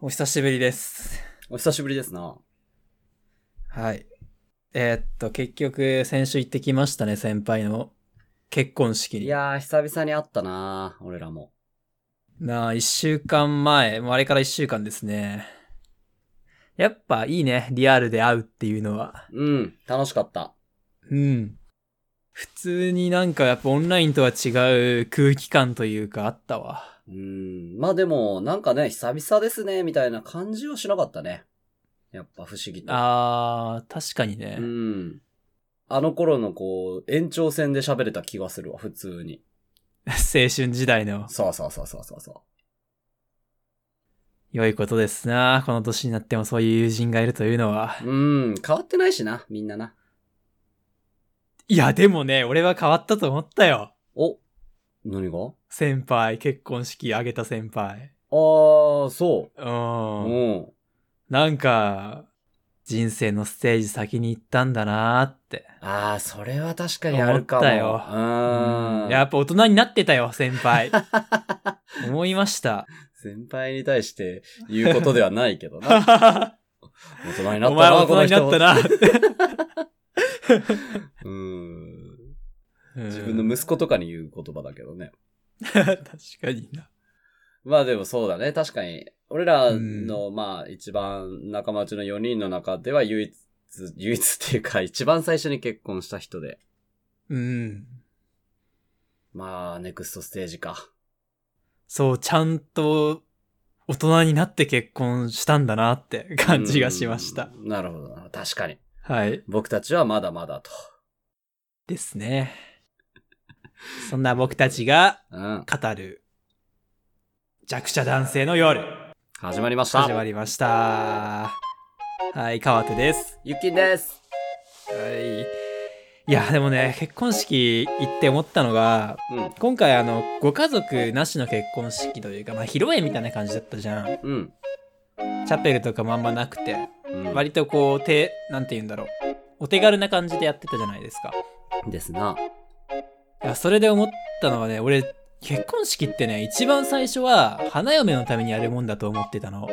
お久しぶりです。お久しぶりですな。はい。えーっと、結局、先週行ってきましたね、先輩の結婚式に。いやー、久々に会ったな俺らも。なあ、一週間前、もうあれから一週間ですね。やっぱいいね、リアルで会うっていうのは。うん、楽しかった。うん。普通になんかやっぱオンラインとは違う空気感というかあったわ。うん、まあでも、なんかね、久々ですね、みたいな感じはしなかったね。やっぱ不思議と。あー、確かにね。うん。あの頃のこう、延長戦で喋れた気がするわ、普通に。青春時代のそうそうそうそうそうそ良いことですな。この年になってもそういう友人がいるというのは。う。うん、変わってないしな、みんなな。いや、でもね、俺は変わったと思ったよ。お、何が先輩、結婚式挙げた先輩。あー、そうう。ん。うん。なんか、人生のステージ先に行ったんだなーって。あー、それは確かにあるかも。思ったようん。やっぱ大人になってたよ、先 輩。思いました。先輩に対して言うことではないけ ど な。大人になおっ前たはな、この大人人。になったな。 うーん。うん自分の息子とかに言う言葉だけどね。 確かにな。まあでもそうだね、確かに。俺らの、まあ一番仲間うちの4人の中では唯一、唯一っていうか一番最初に結婚した人で。うん。まあ、ネクストステージか。そう、ちゃんと大人になって結婚したんだなって感じがしました。うん。なるほどな。確かに。はい。僕たちはまだまだと。ですね。そんな僕たちがうん。語る弱者男性の夜始まりました。始まりました。はい、川手です。ゆきです。はい。いや、でもね、結婚式行って思ったのが、うん。今回あの、ご家族なしの結婚式というか、まあ、披露宴みたいな感じだったじゃん。うん。チャペルとかもあんまなくて。うん、割とこう手なんて言うんだろうお手軽な感じでやってたじゃないですかですな。いやそれで思ったのはね俺結婚式ってね一番最初は花嫁のためにやるもんだと思ってたのは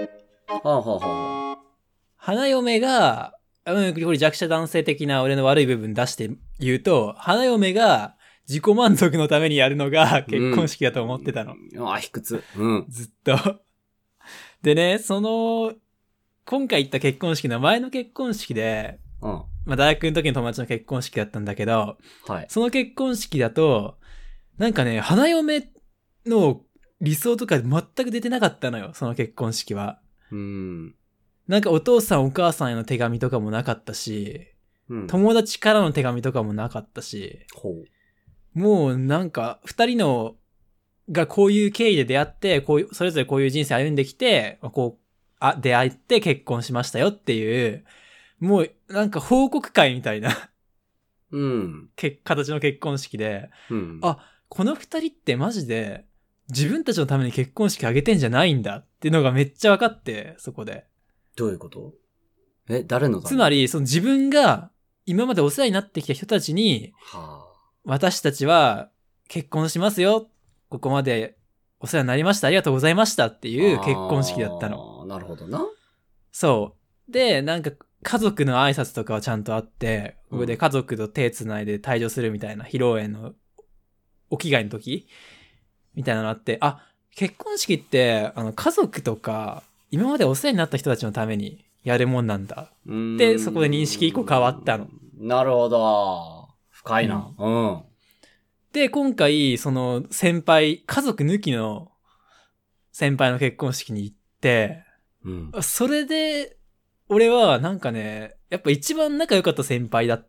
あ、はあはあ、花嫁がうんこれ弱者男性的な俺の悪い部分出して言うと花嫁が自己満足のためにやるのが結婚式だと思ってたの、うん。ああ、卑屈。うん。ずっと。でねその今回行った結婚式の前の結婚式で、うん。はまあ、大学の時の友達の結婚式だったんだけど、い。その結婚式だと、なんかね、花嫁の理想とか全く出てなかったのよ、その結婚式は。うん。なんかお父さんお母さんへの手紙とかもなかったし、うん。友達からの手紙とかもなかったし、ほう。もうなんか二人のがこういう経緯で出会って、こういう、それぞれこういう人生歩んできて、まあこう、あ、出会って結婚しましたよっていう、もうなんか報告会みたいな うん。け形の結婚式で、うん。あこの二人ってマジで自分たちのために結婚式あげてんじゃないんだっていうのがめっちゃ分かって、そこで。どういうことえ、誰のつまり、り、その自分が今までお世話になってきた人たちに、は私たちは結婚しますよ。ここまでお世話になりました。ありがとうございましたってあ。いう結婚式だったの。の。なるほどな。そう。で、なんか家族の挨拶とかはちゃんとあって、ここで家族と手つないで退場するみたいな、披露宴のお着替えの時みたいなのあって、あ、結婚式って、あの、家族とか、今までお世話になった人たちのためにやるもんなんだ。うーんでそこで認識一個変わったの。なるほど。深いな。うん。で、今回、その先輩、家族抜きの先輩の結婚式に行って、うん。それで、俺はなんかね、やっぱ一番仲良かった先輩だっ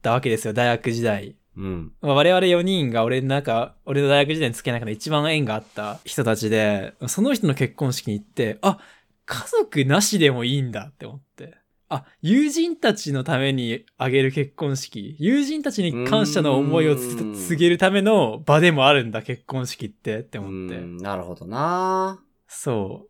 たわけですよ、大学時代。うん。まあ我々4人が俺の中、俺の大学時代に付き合いの中で一番縁があった人たちで、その人の結婚式に行って、あ、家族なしでもいいんだって思って。あ、友人たちのためにあげる結婚式、友人たちに感謝の思いをつうーん告げるための場でもあるんだ、結婚式ってってう思って。んなるほどな。そ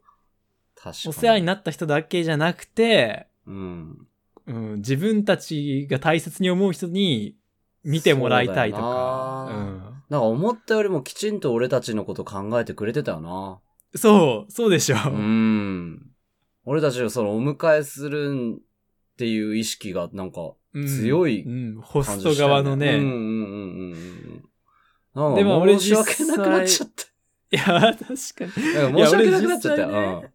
確かう。に。お世話にななった人だけじゃなくて、うん。うん、自分たちが大切に思う人に見てもらいたいとか。そううだよなんなんか思ったよりもきちんと俺たちのこと考えてくれてたよな。そう、そうでしょ。うん。俺たちをそのお迎えするんっていう意識がなんか強いうん、ホスト側のね、うんうんうんうんうん。なんでもか俺申し訳なくなっちゃった。いや、確かに。なんか申し訳なくなっちゃったいよ。や俺実際ね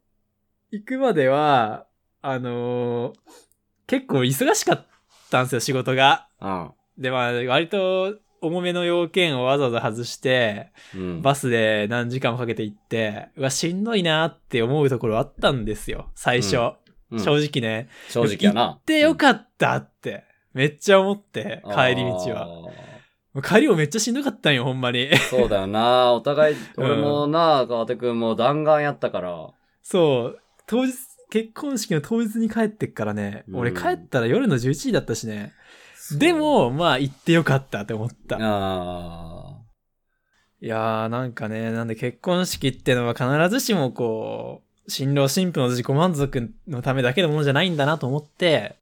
行くまでは、あのー結構忙しかったんですよ、仕事が。で、まあ、割と重めの要件をわざわざ外して、うん。うん。うん。バスで何時間もかけて行って、うわ、しんどいなって思うところあったんですよ、最初。うん正直ね。正直やな。行ってよっかったって、めっちゃ思って、帰り道は。。もう帰りもめっちゃしんどかったんよ、ほんまに。そうだよな。お互い、 うん俺もな、川手くんも弾丸やったから。そう。当日、結婚式の当日に帰ってっからね、俺うん帰ったら夜の11時だったしね。で、も、まあ行ってよかったって思った。いあやー、なんかね、なんで結婚式ってのは必ずしもこう、新郎新婦の自己満足のためだけのものじゃないんだなと思って、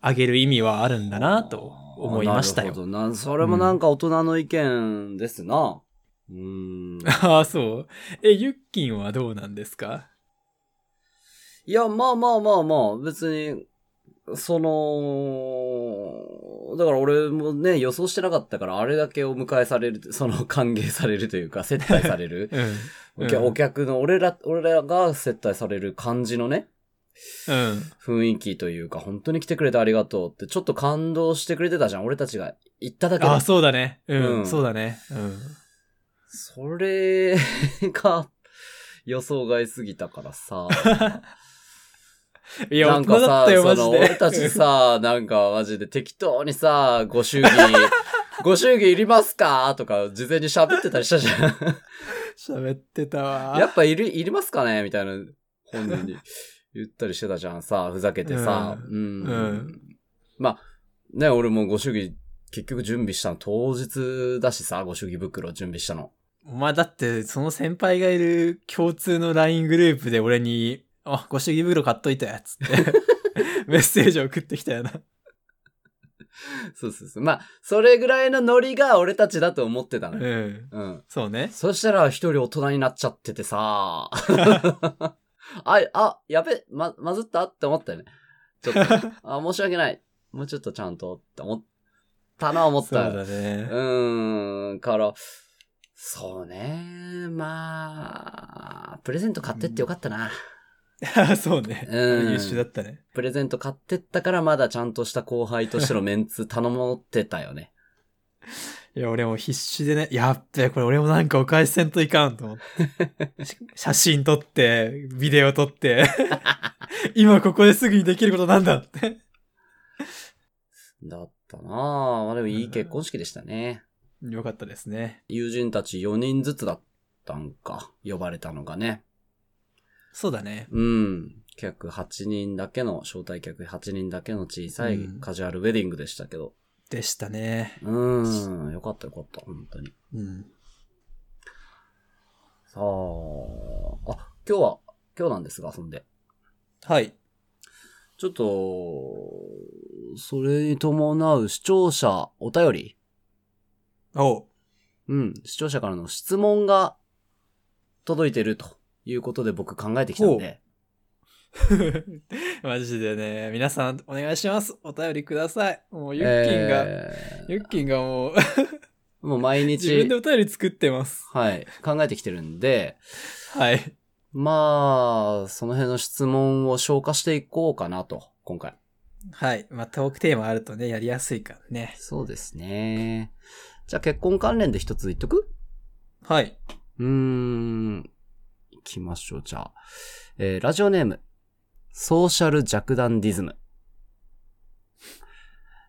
あげる意味はあるんあ。だなと思いましたなるよ。ほどな。それもなんか大人の意見ですな。 うん。ああ、そう。え、ゆっきんはどうなんですか。いや、まあまあまあまあ、別に、その、だから俺もね、予想してなかったから、あれだけお迎えされる、その歓迎されるというか、接待されるうん。お客 うんお客の、俺ら、俺らが接待される感じのね、うん。雰囲気というか、本当に来てくれてありがとうって、ちょっと感動してくれてたじゃん、俺たちが行っただけでああ、そうだね。う、うんんそうだね。うん。それが、予想外すぎたからさ。 いや、な大ん人かだっさ、たよ、マそジの、で。俺た ちさ、なんかマジで適当にさ、ご祝儀、 ご祝儀いりますかとか、事前に喋ってたりしたじゃ喋ってたわ。ん。やっぱいる、いりますかねみたいな、本人に言ったりしてたじゃん、さ、ふざけてさ。ううん。うんまあ、ね、俺もご祝儀、結局準備したの当日だしさ、ご祝儀袋準備したの。お前だって、その先輩がいる共通の LINE グループで俺に、あ、ご祝儀袋買っといたやつって、メッセージを送ってきたよな。そうそうそう。まあ、それぐらいのノリが俺たちだと思ってたうのよ。ん。うん。そうね。そしたら一人大人になっちゃっててさ。 あ、あ、やべ、ま、まずったって思ったよね。ちょっと、あ、申し訳ない。もうちょっとちゃんとって思ったな、思っそうた。だね。 うーん、から、そうね、まあ、プレゼント買ってってよかったな。そうね。うん優秀だったね。プレゼント買ってったからまだちゃんとした後輩としてのメンツ頼もってたよね。いや、俺も必死でね、やっべ、これ俺もなんかお返しせんといかんと思って。し写真撮って、ビデオ撮って、 今ここですぐにできることなんだって。だったなまあでもいい結婚式でしたね。よかったですね。友人たち4人ずつだったんか、呼ばれたのがね。そうだね。うん。客8人だけの、招待客8人だけの小さいうんカジュアルウェディングでしたけど。でしたね。うん、よかったよかった、本当に。うん。さあ、あ、今日は、今日なんですが、そんで。はい。ちょっと、それに伴う視聴者、お便りおう。うん、視聴者からの質問が届いてるということで僕考えてきたんで。 マジでね、皆さんお願いします。お便りください。もうユユッッキキンンが、ユッキンがも うもう毎自日分で、お便り作ってます。はい、考えてきてるんで、はい。まあ、その辺の質問を消化していこうかなと、今回。はい。まあ、トークテーマあるとね、やりやすいからね。そうですね。じゃあ結婚関連で一つ言っとくはい。うーん。行きましょう、じゃあ。えー、ラジオネーム。ソーシャル弱弾ディズム。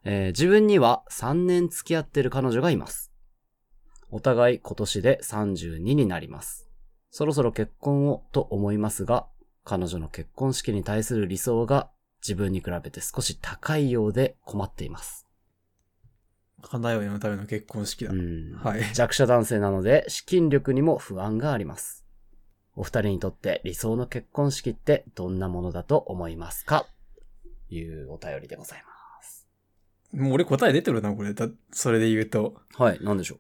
えー自分には3年付き合ってる彼女がいます。お互い今年で32になります。そろそろ結婚をと思いますが、彼女の結婚式に対する理想が自分に比べて少し高いようで困っています。花嫁のための結婚式だ。うんはい。弱者男性なので資金力にも不安があります。お二人にとって理想の結婚式ってどんなものだと思いますかいうお便りでございまもう俺答え出てるな、これ。だ、それで言うと。す。はい、なんでしょ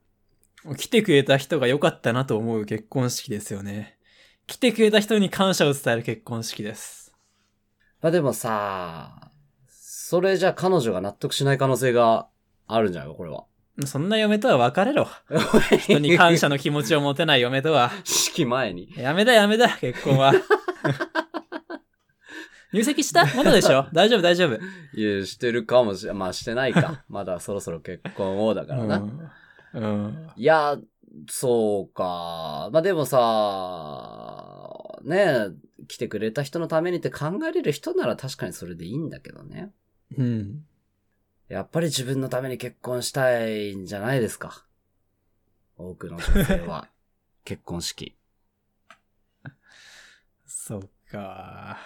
来てくれた人が良かったなと思う結婚式ですよね。来てくれた人に感謝を伝える結婚式です。まあでもさ、それじゃ彼女が納得しない可能性があるんじゃないか、これは。そんな嫁とは別れ ろ。 人に感謝の気持ちを持てない嫁とは。式前に。やめだやめだ、結 婚は。入籍したまだでしょ大丈夫大丈夫。いや、してるかもしれ、まあしてないか。まだそろそろ結婚をだからな。うん。うん。いや、そうか。まあでもさ、ねえ、来てくれた人のためにって考えれる人なら確かにそれでいいんだけどね。うん。やっぱり自分のために結婚したいんじゃないですか。多くの女性 は結婚式。そうか。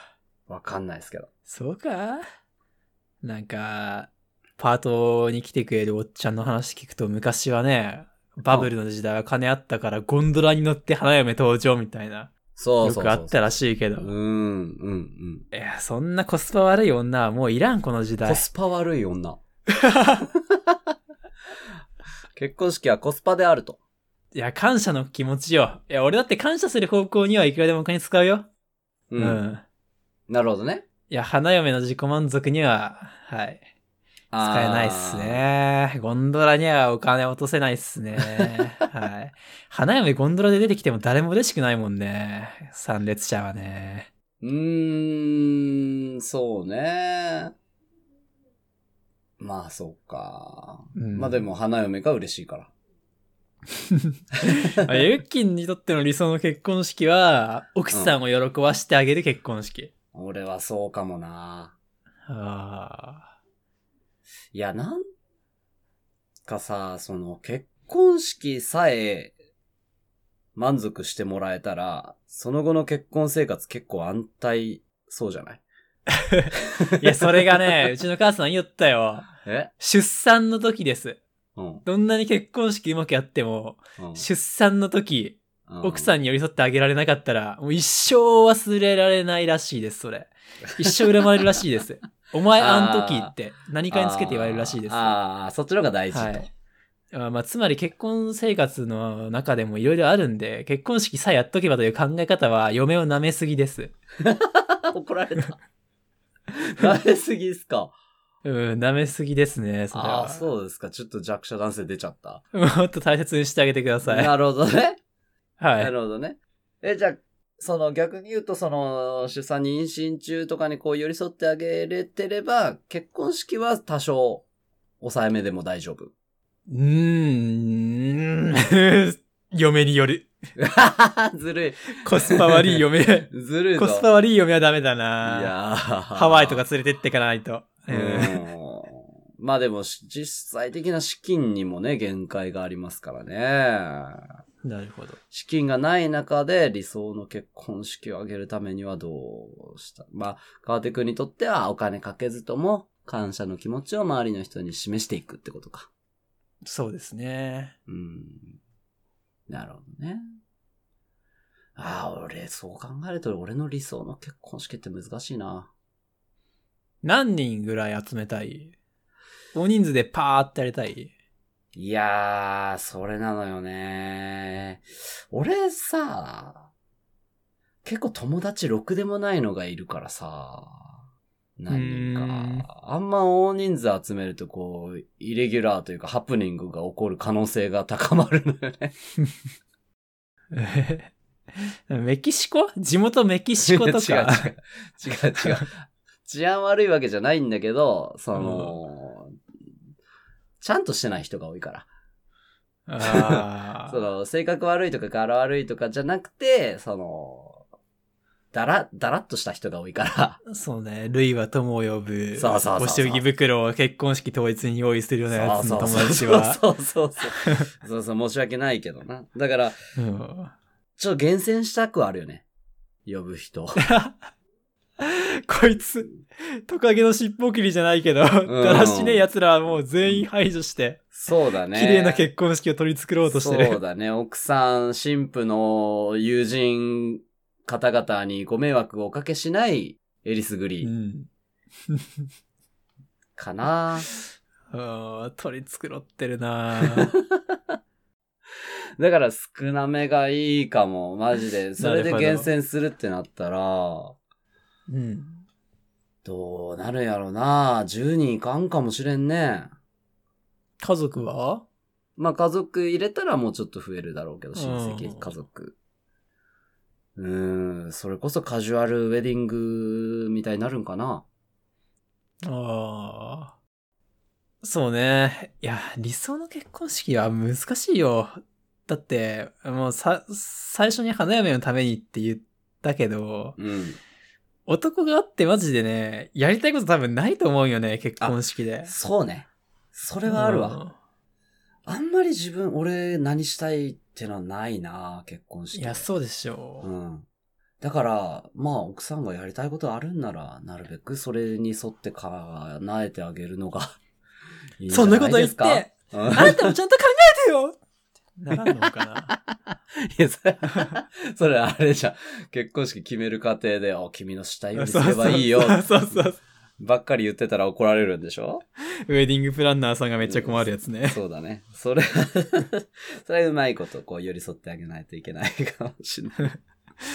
わかんないですけど。そうかなんか、パートに来てくれるおっちゃんの話聞くと昔はね、バブルの時代は金あったからゴンドラに乗って花嫁登場みたいな。そうよそうそうそくう。あったらしいけど。うん、うん、うん。いや、そんなコスパ悪い女はもういらん、この時代コ。スパ悪い女。 結婚式はコスパであると。いや、感謝の気持ちよ。いや、俺だって感謝する方向にはいくらでもお金使うよ。うん。うん、なるほどね。いや、花嫁の自己満足には、はい。あー使えないっす。ね。ゴンドラにはお金落とせないっす ね。はい。花嫁ゴンドラで出てきても誰も嬉しくないもんね。参列者はね。うーん、そうね。まあ、そうか。うんまあで。も、花嫁が嬉しいから。 まあユッキンにとっての理想の結婚式は、奥さんを喜ばしてあげる結婚式。俺はそうかもな。ああ。いや、なんかさ、その、結婚式さえ満足してもらえたら、その後の結婚生活結構安泰そうじゃない いや、それがね、うちの母さん言ったよ。 え出産の時です。うん。どんなに結婚式うまくやっても、うん出産の時、奥さん。んに寄り添ってあげられなかったら、もう一生忘れられないらしいです、それ。一生恨まれるらしいです。お前あん時って何かにつけて言われるらしいです。はあーあー、そっちの方が大い事と。。あまあ、つまり結婚生活の中でもいろいろあるんで、結婚式さえやっとけばという考え方は嫁を舐めすぎです。 怒られた。 慣れすぎっすか。うん、舐めすぎですね、それあは。あ、そうですか。ちょっと弱者男性出ちゃった。もっと大切にしてあげてください。なるほどね。はいな。るほどね。え、じゃあ、その逆に言うと、その、出産妊娠中とかにこう寄り添ってあげれてれば、結婚式は多少、抑えめでも大丈夫。 うーん。 嫁による。ずるコスパ悪い嫁。 い。ずるいぞ。コスパ悪い嫁はダメだないやーハワイとか。連れてってかないと。ううんん。まあでも、し実際的な資金にもね、限界がありますからね。なるほど。資金がない中で理想の結婚式を挙げるためにはどうしたまあ、川手くんにとってはお金かけずとも感謝の気持ちを周りの人に示していくってことか。そうですね。うん。なるほどね。ああ、俺、そう考えると俺の理想の結婚式って難しいな。何人ぐらい集めたい大人数でパーってやりた いいやー、それなのよね。俺さ、結構友達ろくでもないのがいるからさ、う何人ーんか。あんま大人数集めるとこう、イレギュラーというかハプニングが起こる可能性が高まるのよね。えへへメキシコ地元メキシコと 違う違うか。。違う違う。 治安悪いわけじゃないんだけど、その、ちゃんとしてない人が多いから。あーその、性格悪いとか柄悪いとかじゃなくて、その、だら、だらっとした人が多いから。そうね。類は友を呼ぶ。そうそうそうそうご祝儀袋を結婚式当日に用意するようなやつの友そう達そうは。そうそうそう。そうそう、申し訳ないけどな。だから、うんちょっと厳選したくはあるよね。呼ぶ人。こいつ、トカゲの尻尾切りじゃないけど、だらしねえ奴らはもう全員排除して、そうだ ね。綺麗な結婚式を取り繕おうとしてる。そうだね。奥さん、新婦の友人方々にご迷惑をおかけしないエリスグリうーンん。かな。うん取り繕ってる なぁだから少なめがいいかも、マジで。それでなるほど厳選するってなったら、うん。どうなるやろな。10人いかんかもしれんね。家族はまあ家族入れたらもうちょっと増えるだろうけど、親う戚、ん家族。うーん、それこそカジュアルウェディングみたいになるんかな。ああ。そうね。いや、理想の結婚式は難しいよ。だって、もうさ、最初に花嫁のためにって言ったけど、うん。男があってマジでね、やりたいこと多分ないと思うよね、結婚式で。そうね。そこれはあるわ。。あんまり自分、俺何したいってのはないな、結婚式。いや、そうでしょう。ん。だから、まあ奥さんがやりたいことあるんなら、なるべくそれに沿って叶えてあげるのが いいんじそゃんななこいと言でっすか。て、うんあなたもちゃんと考えてよならんのか な。いや、それ、それあれじゃん、結婚式決める過程で、あ、君のしたいようにすればいいよ、 そうそうそう。ばっかり言ってたら怒られるんでしょウェディングプランナーさんがめっちゃ困るやつね。そうだね。それ、それはう まいこと、こう、寄り添ってあげないといけないかもし れない。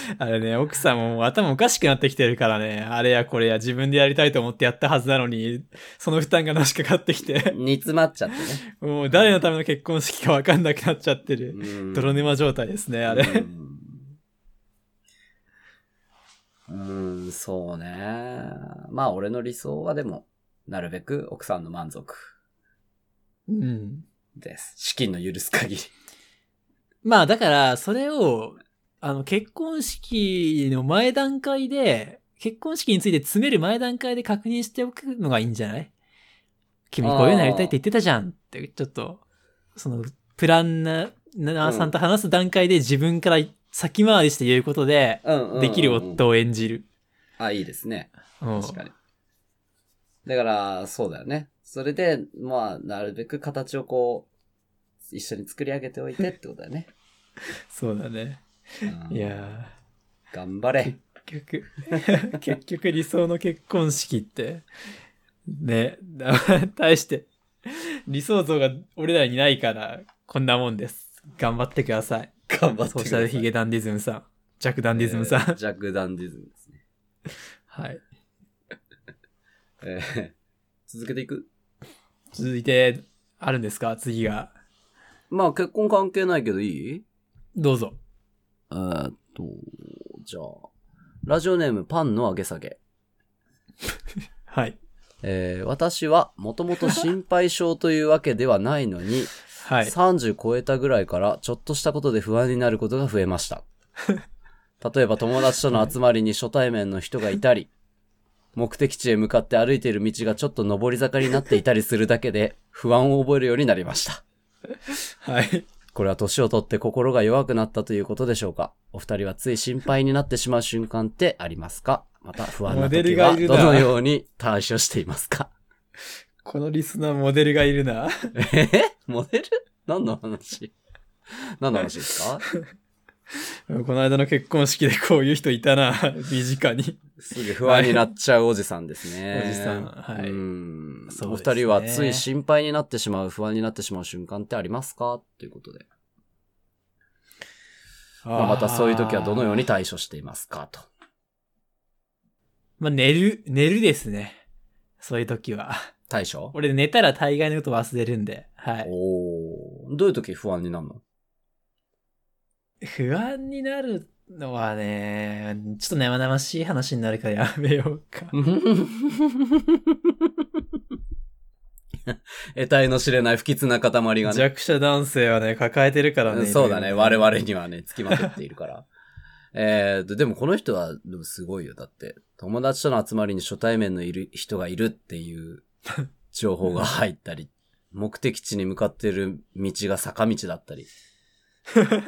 あれね、奥さんももう頭おかしくなってきてるからね、あれやこれや自分でやりたいと思ってやったはずなのに、その負担がのしかかってきて、煮詰まっちゃってね。もう誰のための結婚式かわかんなくなっちゃってる。うん泥沼状態ですね、あうれ。ん。うん、そうね。まあ、俺の理想はでも、なるべく奥さんの満足うん。です。資金の許す限り。まあだから、それを、あの、結婚式の前段階で、結婚式について詰める前段階で確認しておくのがいいんじゃない君こういうのやりたいって言ってたじゃんって、ちょっと、その、プランナーさんと話す段階で自分から先回りして言うことで、うんうんうんうんできる夫を演じる。あ、いいですね。うん確かに。だから、そうだよね。それで、まあ、なるべく形をこう、一緒に作り上げておいてってことだよね。そうだね。うんいや頑張 れ。ー、結局、結局理想の結婚式って、ね、 だ対して、理想像が俺らにないから、こんなもんです。頑張ってください。頑張ってソください。ーシャルヒゲダンディズムさん、ジャクダンディズムさん。え ージャック・ダンディズムですね。はい。えー続けていく続いて、あるんですか次が。まあ、結婚関係ないけどいいどうぞ。えーっと、じゃあ、ラジオネームパンの上げ下げ。はい。えー私はもともと心配性というわけではないのに、 はい。 30超えたぐらいからちょっとしたことで不安になることが増えました。例えば友達との集まりに初対面の人がいた り、目的地へ向かって歩いている道がちょっと上り坂になっていたりするだけで不安を覚えるようになりました。はい。これは年を取って心が弱くなったということでしょうかお二人はつい心配になってしまう瞬間ってありますかまた不安なモデ時ルがはいるどなのように対処していますかこのリスナーモデルがいるな。 えーモデル何の話何の話ですかこの間の結婚式でこういう人いたな。 身近に。すぐ不安になっちゃうおじさんですね。おじさんはいうん。そうおですね二人はつい心配になってしまう、不安になってしまう瞬間ってありますかということで。まあ、またそういう時はどのように対処していますかと。まあ、寝る、寝るですね。そういう時は。対処 俺寝たら大概のこと忘れるんで。はい。おーどういう時不安になるの不安になるのはね、ちょっと生々しい話になるからやめようか。 得体の知れない不吉な塊がね。弱者男性はね、抱えてるからね。そうだね。いろい我ろ々にはね、つきまとっているから。 えーと、でもこの人は、でもすごいよ。だって、友達との集まりに初対面のいる人がいるっていう情報が入ったり、 目的地に向かってる道が坂道だったり、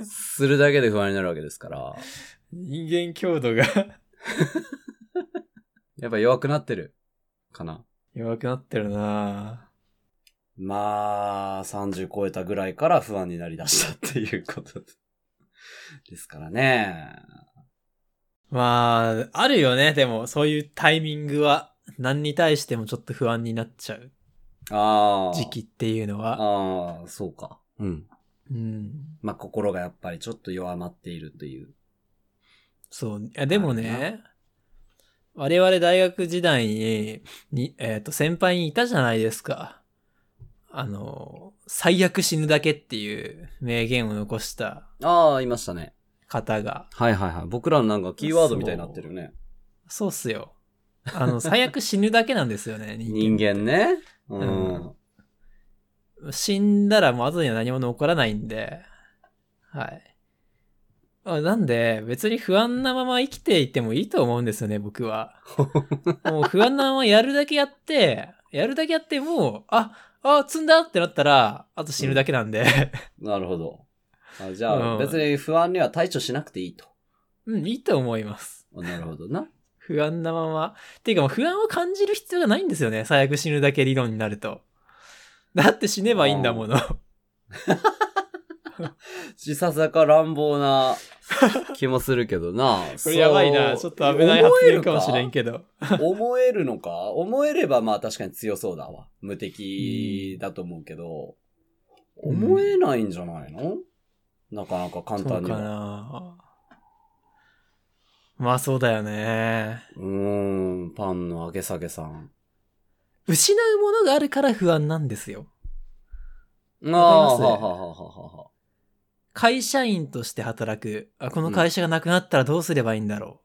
するだけで不安になるわけですから、人間強度が やっぱ弱くなってるかな。弱くなってるなまあ、30超えたぐらいから不安になりだしたっていうことですからね。まあ、あるよね。でも、そういうタイミングは、何に対してもちょっと不安になっちゃうああ。時期っていうのは。ああ、そうか。うん。うん。まあ、心がやっぱりちょっと弱まっているという。そう。いや、でもあるね、我々大学時代に、にえっ、と、先輩にいたじゃないですか。あの、最悪死ぬだけっていう名言を残したああ、いましたね。方が。はいはいはい。僕らのなんかキーワードみたいになってるよね。そうっすよ。あの、最悪死ぬだけなんですよね、人間人間ね。ううんん。死んだらまずには何も残らないんで、はい。あなんで、別に不安なまま生きていてもいいと思うんですよね、僕 は。もう不安なままやるだけやって、やるだけやってもう、あ、あ、積んだってなったら、あと死ぬだけなんで、なるほど。あじゃあ、うん別に不安には対処しなくていいと。うん、いいと思います。あ なるほどな。不安なまま。っていうかもう不安を感じる必要がないんですよね、最悪死ぬだけ理論になると。だって死ねばいいんだもの。自ささか乱暴な気もするけど な。これやばいな、ちそょうっと危ない発言かもしれんけど。 思えるのか思えればまあ確かに強そうだわ。無敵だと思うけど、うん思えないんじゃないのなかなか簡単にそうかは。なまあそうだよね。うーん、パンの上げ下げさん。失うものがあるから不安なんですよ。あわかりまあ、はあすはあはあはあはあ。会社員として働く。あこの会社がなくなったらどうすればいいんだろ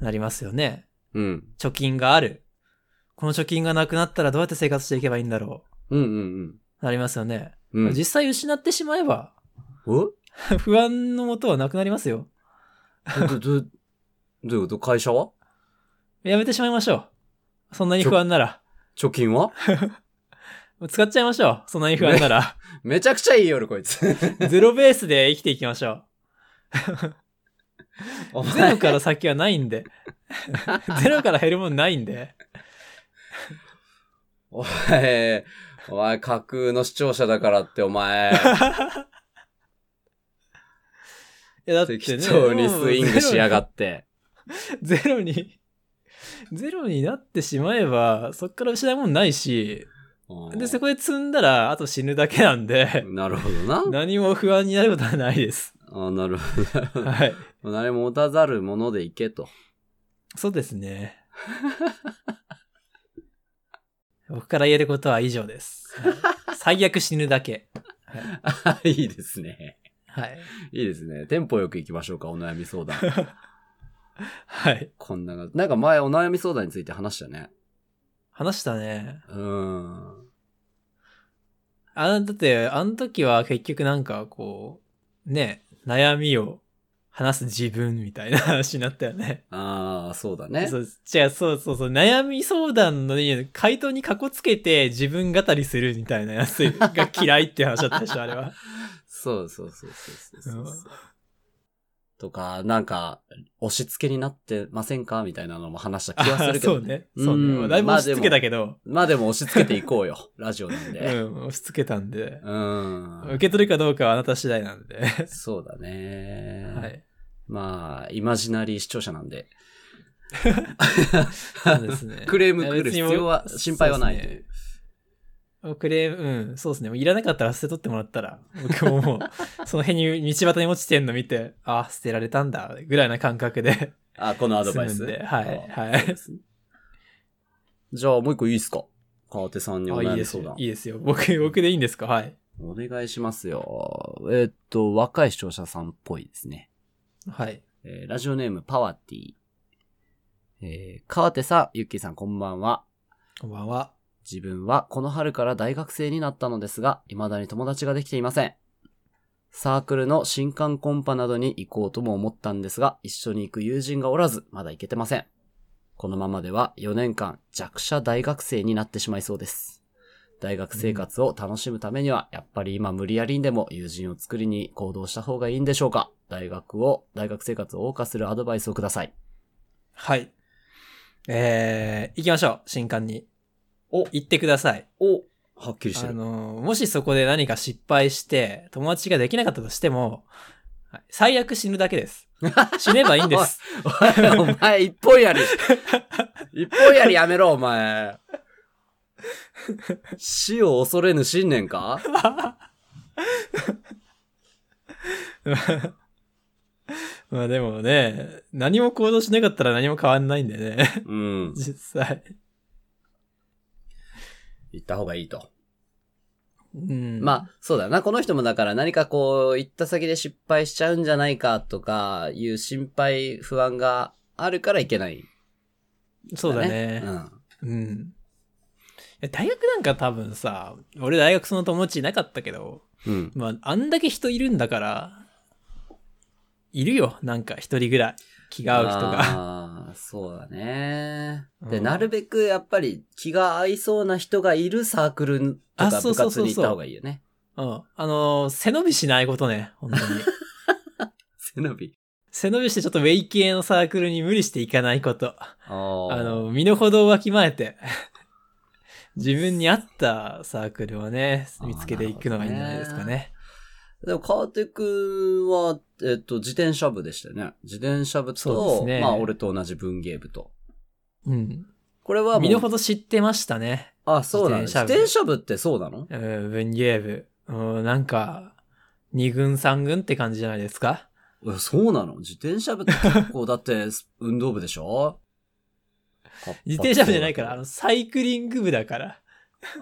う。なりますよね。うん。貯金がある。この貯金がなくなったらどうやって生活していけばいいんだろうんうんう。なりますよね。うん。うん。実際失ってしまえば、 ど不安のもとはなくなりますよ。ど、ど、どういうこと会社はやめてしまいましょう。そんなに不安なら。貯金は使っちゃいましょう。そんなに不安な ら。めちゃくちゃいい夜こいつ。 ゼロベースで生きていきましょう。お ゼ前ロから先はないん で。ゼロから減るもんないんで。お前、お前架空の視聴者だからってお前、いや、だってね。適当にスイングしやがて。って。ゼロに、ゼロになってしまえば、そっから失うもんないし、で、そこで積んだら、あと死ぬだけなんで、なるほどな。何も不安になることはないです。あなるほど。はい。何も持たざるものでいけと。そうです ね。僕から言えることは以上です。はい最悪死ぬだけ。あ いいですね。はい。いいですね。テンポよく行きましょうか、お悩み相 談。はい。こんなが、なんか前お悩み相談について話したね。話したね。うーん。あだって、あの時は結局なんかこう、ね、悩みを話す自分みたいな話になったよね。ああ、そうだね。そう、違う、そうそうそう、悩み相談のね回答にかこつけて自分語りするみたいなやつが嫌いって話だったでしょ、あれ は。そうそうそうそうそうそうそううんとか、なんか、押し付けになってませんかみたいなのも話したあ気がするけそど、うね。んそうね。だいぶ押し付けたけど、まあでも押し付けていこうよ。ラジオなんで。うん、押し付けたんで、うん。受け取るかどうかはあなた次第なんで。そうだね。はい。まあ、イマジナリー視聴者なんで、。そうですね クレーム来る必要は、別にも心配はないそうとですいねう。クレーム、うん、そうですね。もういらなかったら捨て取ってもらったら、僕も もう、その辺に道端に落ちてんの見て、あ、捨てられたんだ、ぐらいな感覚で。あ、このアドバイ済ス。むんではいあはいそうですねじゃあ、もう一個いいですか川手さんにおあ、いい悩でみす相談よ。い。いですよ。僕、僕でいいんですかはい。お願いしますよ。えーっと、若い視聴者さんっぽいですね。はい。えーラジオネームパワティ。えー、川手さん、ゆっきーさん、こんばんは。こんばんは。自分はこの春から大学生になったのですが、未だに友達ができていません。サークルの新刊コンパなどに行こうとも思ったんですが、一緒に行く友人がおらず、まだ行けてません。このままでは4年間弱者大学生になってしまいそうです。大学生活を楽しむためには、やっぱり今無理やりにでも友人を作りに行動した方がいいんでしょうか大学を、大学生活を謳歌するアドバイスをください。はい。えー、行きましょう。新刊に。お行ってください。おはっきりあ。のー、もしそこで何か失敗して、友達ができなかったとしても、はい最悪死ぬだけ です。死ねばいいんです。おいお前、一本やり。一本やりやめろ、お前。死を恐れぬ信念かまあでもね、何も行動しなかったら何も変わんないんでね。 うん。実際。行った方がいいと。うん。まあ、そうだな。この人もだから何かこう、行った先で失敗しちゃうんじゃないかとか、いう心配、不安があるからいけない、そうだね。うん。うん。いや大学なんか多分さ、俺大学その友達いなかったけど、うん。まあ、あんだけ人いるんだから、いるよ。なんか一人ぐらい。気が合う人が。ああ、そうだね。うんで、なるべくやっぱり気が合いそうな人がいるサークルあとかそ部うそう活そうそうに行った方がいいよね。うん。あのー背伸びしないことね。本当に。背伸び。背伸びしてちょっとウェイ系のサークルに無理していかないこと。あーあ、の、身の程をわきまえて、 自分に合ったサークルをね、見つけていくのがいいんじゃないですかね。でも、川手くんは、えっと、自転車部でしたよね。自転車部そうでと、すねまあ、俺と同じ文芸部と。うん。これは身のもう、程知ってましたね。あ、そうなの自自転車部転車部ってそうなのうん、文芸部。うん、なんか、二軍三軍って感じじゃないですか。えそうなの自転車部って結構、だ って、す運動部でしょ自転車部じゃないから、あの、。サイクリング部だから。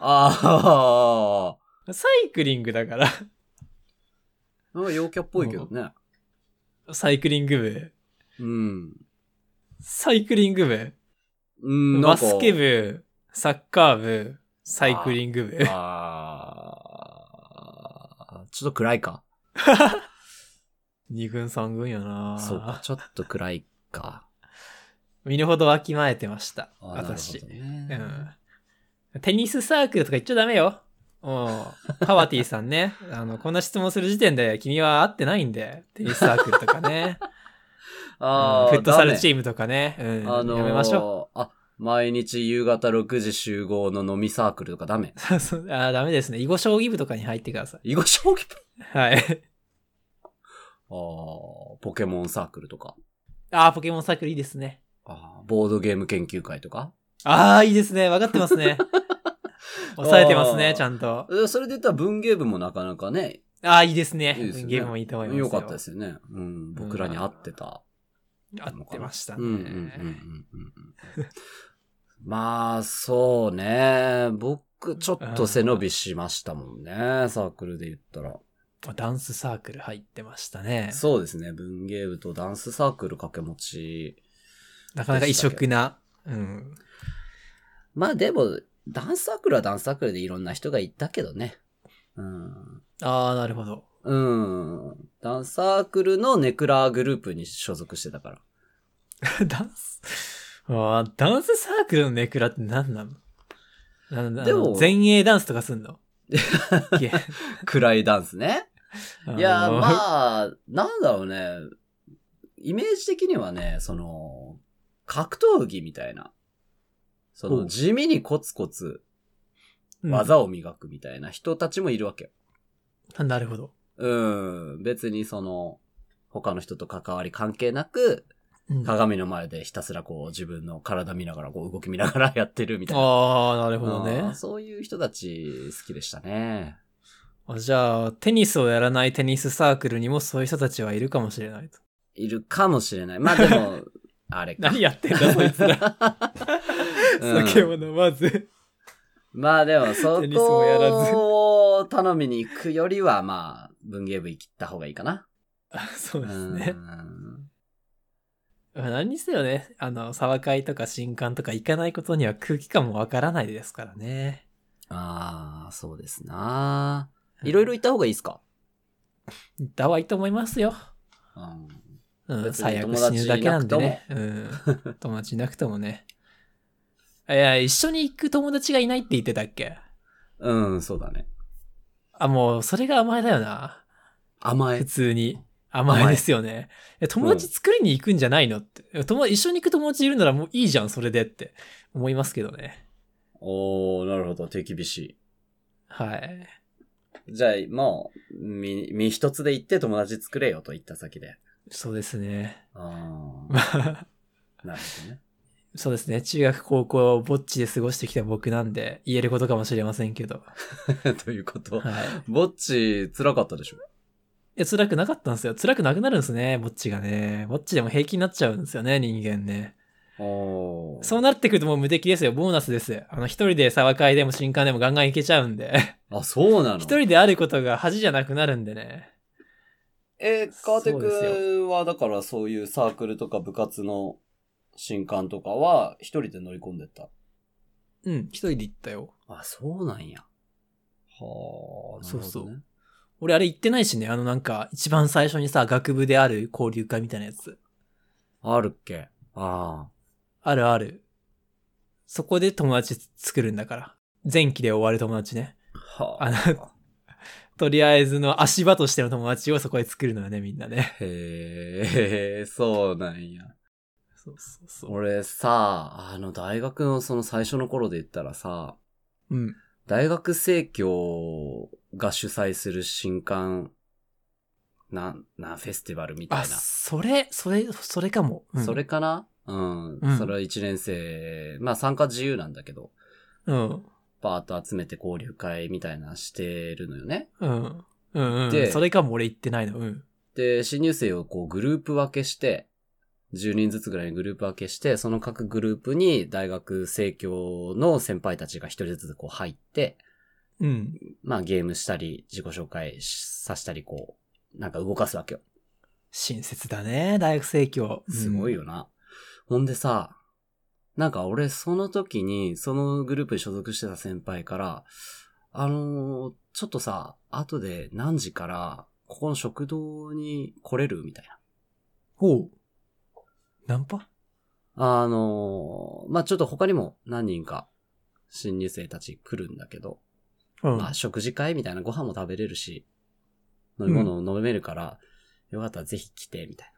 あサイクリングだから。あ、なんか陽キャっぽいけどね。サイクリング部。うん。サイクリング部。うん、なんバかスケ。部、サッカー部、サイクリング部。ああ、ちょっと暗いか。二軍三軍やなそうか、ちょっと暗いか。身の程わきまえてました。あーなるほ私ど。ねうん。テニスサークルとか言っちゃダメよ。うん。パワティさんね。 あの、こんな質問する時点で君は会ってないんで。テニスサークルとか ね。うあんあ、フットサルチーームとかね。うん。あのーやめましょあ、毎日夕方6時集合の飲みサークルとかダメ。う。 そうそうあーダメですね。囲碁将棋部とかに入ってください。囲碁将棋部はい。 ああ、ポケモンサークルとか。あーポケモンサークルいいですね。あーボードゲーム研究会とか。ああ、いいですね。分かってます ね。抑えてますあーね、ちゃんと。えそれで言ったら文芸部もなかなかね、ああ、いいですね。いいですよねゲームもいいと思います。良かったですすよね。うん、僕らに合ってた。合ってましたうね。んうんうんうん うんうん。まあ、そうね。僕、ちょっと背伸びしましたもんね。サークルで言ったら。ダンスサークル入ってましたね。そうですね。文芸部とダンスサークル掛け持ち。なかなか異色な。うん。まあでも、ダンスサークルはダンスサークルでいろんな人がいたけどね。うん。ああ、なるほど。うん。ダンスサークルのネクラグループに所属してたか ら。ダンス、あーダンスサークルのネクラって何なのななでもあの前衛ダンスとかすん のいや暗いダンスね。あのいや、まあ、なんだろうね。イメージ的にはね、その、格闘技みたいな。そほの、う地味にコツコツうん技を磨くみたいな人たちもいるわけよ。なるほど。うん。別にその、他の人と関わり関係なく、うんあ鏡の前でひたすらこう自分の体見ながら、こう動き見ながら やってるみたいな。あ、なるほどあねー。そういう人たち好きでしたね。あじゃあ、テニスをやらないテニスサークルにもそういう人たちはいるかもしれないと。いるかもしれない。まあでも、あれか。 何やってんだ、そいつら。う ん酒を飲まず。 まあでも、そテニスもやらずこを頼みに行くよりは、まあ、文芸部行った方がいいかな。あ そううですね。んまあ何にせよね、あの、沢会とか新刊とか行かないことには空気感もわからないですからね。ああ、そうですな。いろいろ行った方がいいですか、行った方がいいと思いますよ。うん、うん、別に最悪死ぬだけなんでね。うん。友達いなくてもね。いや、一緒に行く友達がいないって言ってたっけうん、そうだね。あ、もう、それが甘えだよな。甘普 え。通に。甘えですよね。いや友達作りに行くんじゃないのって。いや友達一緒に行く友達いるならもういいじゃん、それでって思いますけどね。おー、なるほど、手厳しはい。い。じゃあ、もう、身、身一つで行って友達作れよと言った先で。そうですね。あ まあ、あなるほどね。そうですね。中学、高校をぼっちで過ごしてきた僕なんで、言えることかもしれませんけど。 ということ。はぼっち、辛かったでしょい。いや、辛くなかったんですよ。辛くなくなるんですね、ぼっちがね。ぼっちでも平気になっちゃうんですよね、人間ね。おーそうなってくるともう無敵ですよ、ボーナスです。あの、一人で沢会でも新刊でもガンガン行けちゃうんで。あ、そうなの一人であることが恥じゃなくなるんでね。えー、川手くそうですんは、だからそういうサークルとか部活の新刊とかは、一人で乗り込んでった。うん、一人で行ったよ。あ、そうなんや。はあ、そうそうなる俺あれ行ってないしね、あのなんか、一番最初にさ、学部である交流会みたいなやつ。ほどね。あるっけああるある。そこで友達作るんだから。前期で終わる友達ね。あ。はあ。あのとりあえずの足場としての友達をそこで作るのよね、みんなね。へえ、そうなんや。そうそうそう。俺さ、あの、大学のその最初の頃で言ったらさ、うん。大学生協が主催する新刊、なん、なん、フェスティバルみたあ、いな。それ、それ、それかも。うんそれ。かなうん。うんそれは一年生、まあ参加自由なんだけど、うん。バーッと集めて交流会みたいなのしてるのよね。うん。うん、うん。でそれかも俺行ってないの。うん。で、新入生をこうグループ分けして、10人ずつぐらいにグループ分けして、その各グループに大学生協の先輩たちが一人ずつこう入って、うん。まあゲームしたり、自己紹介しさしたり、こう、なんか動かすわけよ。親切だね、大学生協。うんすごいよ。な。ほんでさ、なんか俺その時に、そのグループに所属してた先輩から、あのーちょっとさ、後で何時から、ここの食堂に来れるみたいほう。ナンパな。あのーまあ、ちょっと他にも何人か、新入生たち来るんだけど、うん。まあ、食事会みたいなご飯も食べれるし、飲み物も飲めるから、よかったらぜひ来て、みたいな。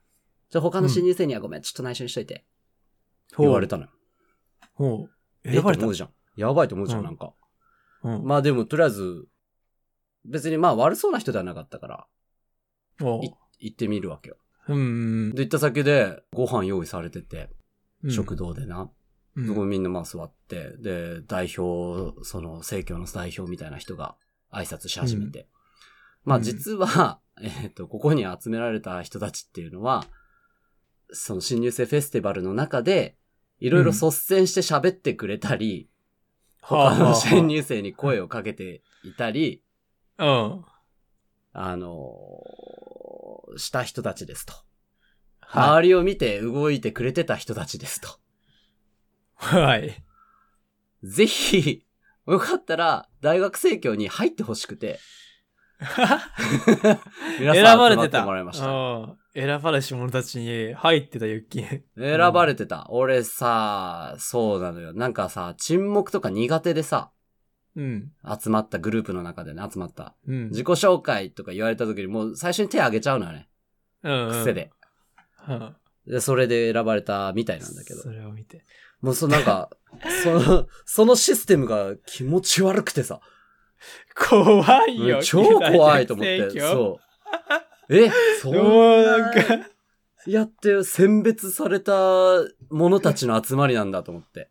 じゃ他の新入生にはごめん、ちょっと内緒にしといて、ほう言われたのよ。ほう。え選ばれとた思うじゃん。やばいと思うじゃん、うんなんか。うん。まあでも、とりあえず、別にまあ悪そうな人ではなかったから、おうい行ってみるわけよ。うん。で、行った先で、ご飯用意されてて、うん食。堂でな。うんそこみんなまあ座って、で、代表、その、政教の代表みたいな人が挨拶し始めて。まあ実は、 えっと、ここに集められた人たちっていうのは、その新入生フェスティバルの中で、いろいろ率先して喋ってくれたり、他の新入生に声をかけていたり、はあはあうん。あのーした人たちですと。は周りを見て動いてくれてた人たちですと。い。はい。ぜひ、よかったら、大学生協に入ってほしく て、皆選さんば集れまっててた。もらいました。うん選ばれし者たちに入ってた、ユッキン。選ばれてた。俺さ、そうなのよ。なんかさ、沈黙とか苦手でさ、うん。集まったグループの中でね、集まった。うん。自己紹介とか言われた時にもう最初に手挙げちゃうのよね。うんうん癖。で。うん。で、それで選ばれたみたいなんだけどそ。れを見て。もうそのなんか、その、そのシステムが気持ち悪くてさ、怖いよ。超怖いと 思って、そう。え、そうんもうななんか、やって選別された者たちの集まりなんだと思って。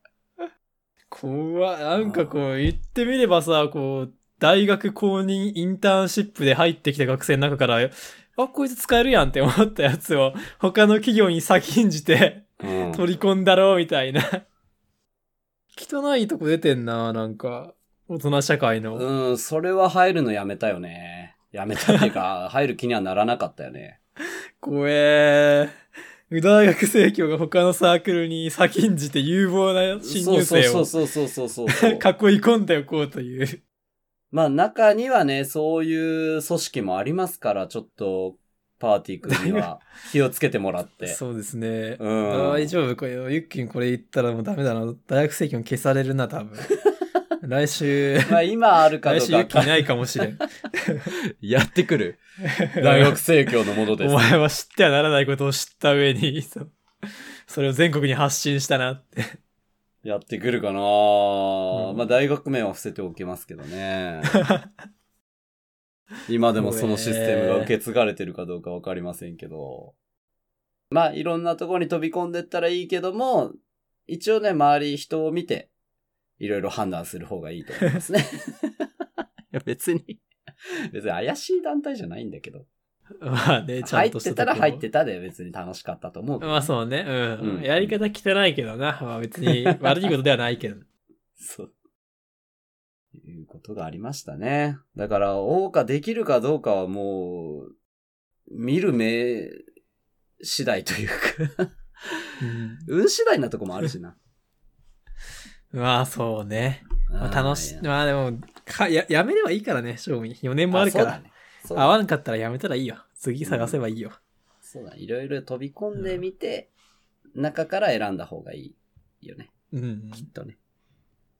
怖い。なんかこう、言ってみればさ、こう、大学公認インターンシップで入ってきた学生の中から、あ、こいつ使えるやんって思ったやつを、他の企業に先んじて、うん取り込んだろうみたいな。 汚いとこ出てんな、なんか。大人社会の。うん、それは入るのやめたよね。やめたっていうか、 入る気にはならなかったよね。怖えー。大学生協が他のサークルに先んじて有望な新入生そをうそうそうそうそうそうそ う囲い込んでおこうという。まあ中にはね、そういう組織もありますから、ちょっと、パーティー君には気をつけてもらって。そうですね。うん大丈夫これ、ユッキンこれ言ったらもうダメだな。大学生協消されるな、多 分。来 週、まあ今あるか来どう週ユッキかンいないかもしれ ん。 やってくる。 大学生協のものでおす。前は知ってはならないことを知った上に、そうそれを全国に発信したなって。やってくるかうな、んまあ大学名は伏せておきますけど ね。今でもそのシステムが受け継がれてるかどうかわかりませんけど。まあいろんなところに飛び込んでったらいいけども、一応ね、周り人を見て、いろいろ判断する方がいいと思 いますね。いや別に、別に怪しい団体じゃないんだけど。 まあね、ちゃ入んっとしてたたとこら入ってたで別に楽しかったと思うけど。まあそうね、うん。うんやり方汚いけどな。まあ別に悪いことではないけ ど。 そう。いうことがありましたね。だから、謳歌できるかどうかはもう、見る目次第というか、 うん運次第なとこもあるしな。まあそうね。 まあ、楽し、あーいやまあでも、かや、やめればいいからね、賞味。4年もあるかそうだら。ね。そう合だわなかったらやめたらいいよ。次探せばいいよ。そうだね。いろいろ飛び込んでみて、中から選んだ方がいいよね。うん。きっとね。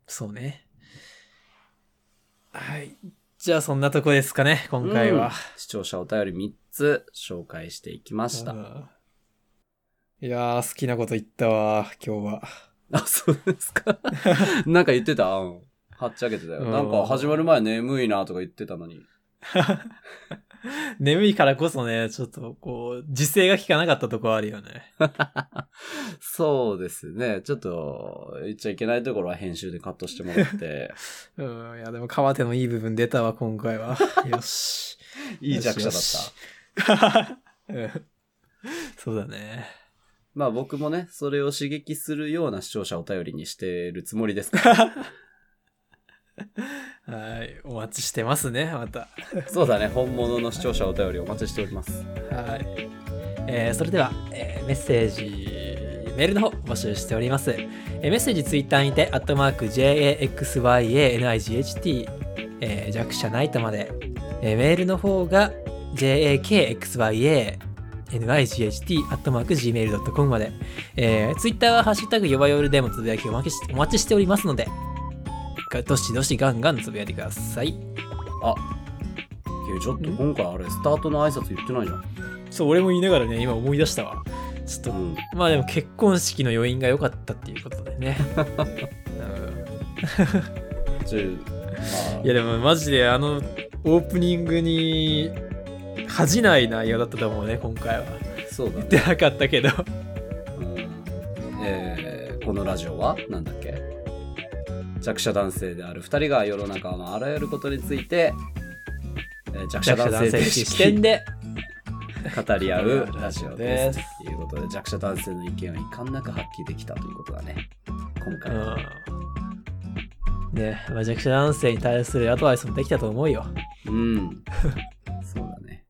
そうね。はい。じゃあそんなとこですかね、今回うんは。視聴者お便り3つ紹介していきました。うんいやー、好きなこと言ったわ、今日は。あ、そうで すか。なんか言ってたうんはっちゃけてたよ。うんなんか始まる前眠いなとか言ってたのに。眠いからこそね、ちょっとこう、時勢が効かなかったとこあるよね。そうですね。ちょっと、言っちゃいけないところは編集でカットしても らって。うん、いやでも川手のいい部分出たわ、今回 は。よし。いい弱者だよった。しよし うんそうだね。まあ僕もね、それを刺激するような視聴者お便りにしてるつもりで すから。はい、お待ちしてますね、また。そうだね。本物の視聴者お便りお待ちしております。はい。えーそれでは、えーメッセージ、メールの方募集しております。えーメッセージツイッターにて、アットマーク JAXYANIGHT、えー弱者ナイトまで。えーメールの方が JAKXYA NIGHT アットマーク Gmail.com まで、えー、ツイッターはハッシュタグヨバヨルでもつぶやきをお待ちしお待ちしておりますので、がどしどしガンガンつぶやいてください。いやちょっと今回あれ、スタートの挨拶言ってないじゃん。そう、俺も言いながらね、今思い出したわ。ちょっとうん。まあでも結婚式の余韻が良かったっていうことでね。うんちょまあいやでもマジであのオープニングに恥じない内容だったと思うね、今回は。そうだ言っね。てなかったけど。うんえーこのラジオはなんだっけ弱者男性である2人が世の中のあらゆることについて、えー弱者弱者男男性性とっていういう視 点視で。点語り合うラジオです。ですということで弱者男性の意見を遺憾なく発揮できたということだね。今う回は、ん。ねまあ弱者男性に対するアドバイスもできたと思うよ。 うん、そうだね。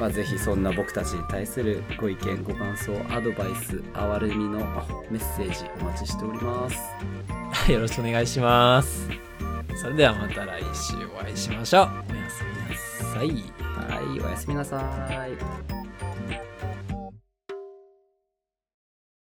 まあ、ぜひそんな僕たちに対するご意見、ご感想、アドバイス、哀れみのメッセージお待ちしております。よろしくお願いします。それではまた来週お会いしましょう。おやすみなさい。はい、おやすみなさい。